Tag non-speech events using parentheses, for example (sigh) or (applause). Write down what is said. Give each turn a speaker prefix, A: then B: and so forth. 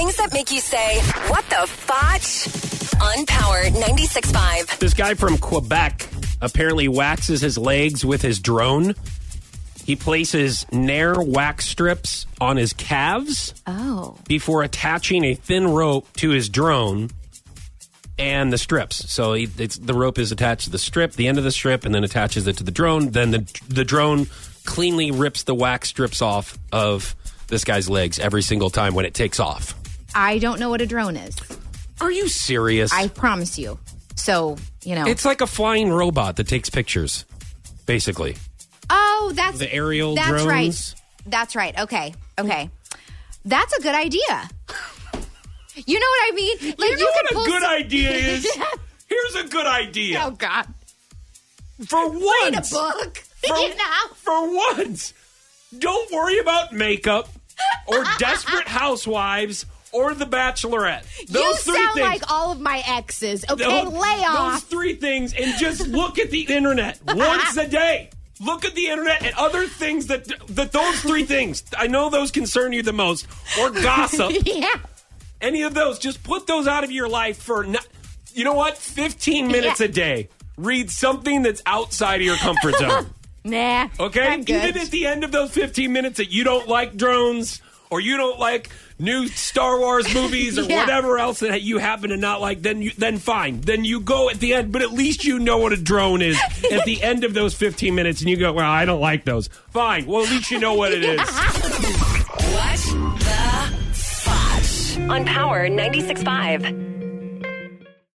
A: Things that make you say, what the fotch? On Power 96.5.
B: This guy from Quebec apparently waxes his legs with his drone. He places Nair wax strips on his calves
C: Oh.
B: before attaching a thin rope to his drone and the strips. So he, it's, the rope is attached to the strip, the end of the strip, and then attaches it to the drone. Then the the drone cleanly rips the wax strips off of this guy's legs every single time when it takes off.
C: I don't know what a drone is.
B: Are you serious?
C: I promise you. So, you know.
B: it's like a flying robot that takes pictures, basically.
C: oh, that's
B: The aerial
C: That's
B: drones.
C: right. That's right. Okay. Okay. That's a good idea. You know what I mean? Like
B: You know
C: could
B: what a
C: pull
B: good
C: some- (laughs)
B: idea is? Here's a good idea.
C: Oh God.
B: For
C: Read a
B: once.
C: book. (laughs)
B: For,
C: you know?
B: for once, don't worry about makeup
C: (laughs)
B: or Desperate Housewives or The Bachelorette. Those
C: you
B: three
C: sound
B: things.
C: like all of my exes. Okay,
B: Those-
C: lay
B: Those
C: off.
B: three things, and just look at the
C: (laughs)
B: internet once a day. Look at the internet and other things that that those three things. I know those concern you the most, or gossip.
C: (laughs) yeah.
B: any of those, just put those out of your life for not, you know what? 15 minutes
C: Yeah.
B: a day. Read something that's outside of your comfort zone.
C: Nah.
B: Okay?
C: (laughs) I'm good.
B: Even at the end of those 15 minutes that you don't like drones or you don't like new Star
C: (laughs)
B: Wars movies or
C: Yeah.
B: whatever else that you happen to not like, then you then fine. Then you go at the end, but at least you know what a drone
C: (laughs)
B: is at the end of those 15 minutes and you go, "Well, I don't like those." Fine. Well, at least you know what it is.
C: (laughs)
A: What the fotch? On Power 96.5.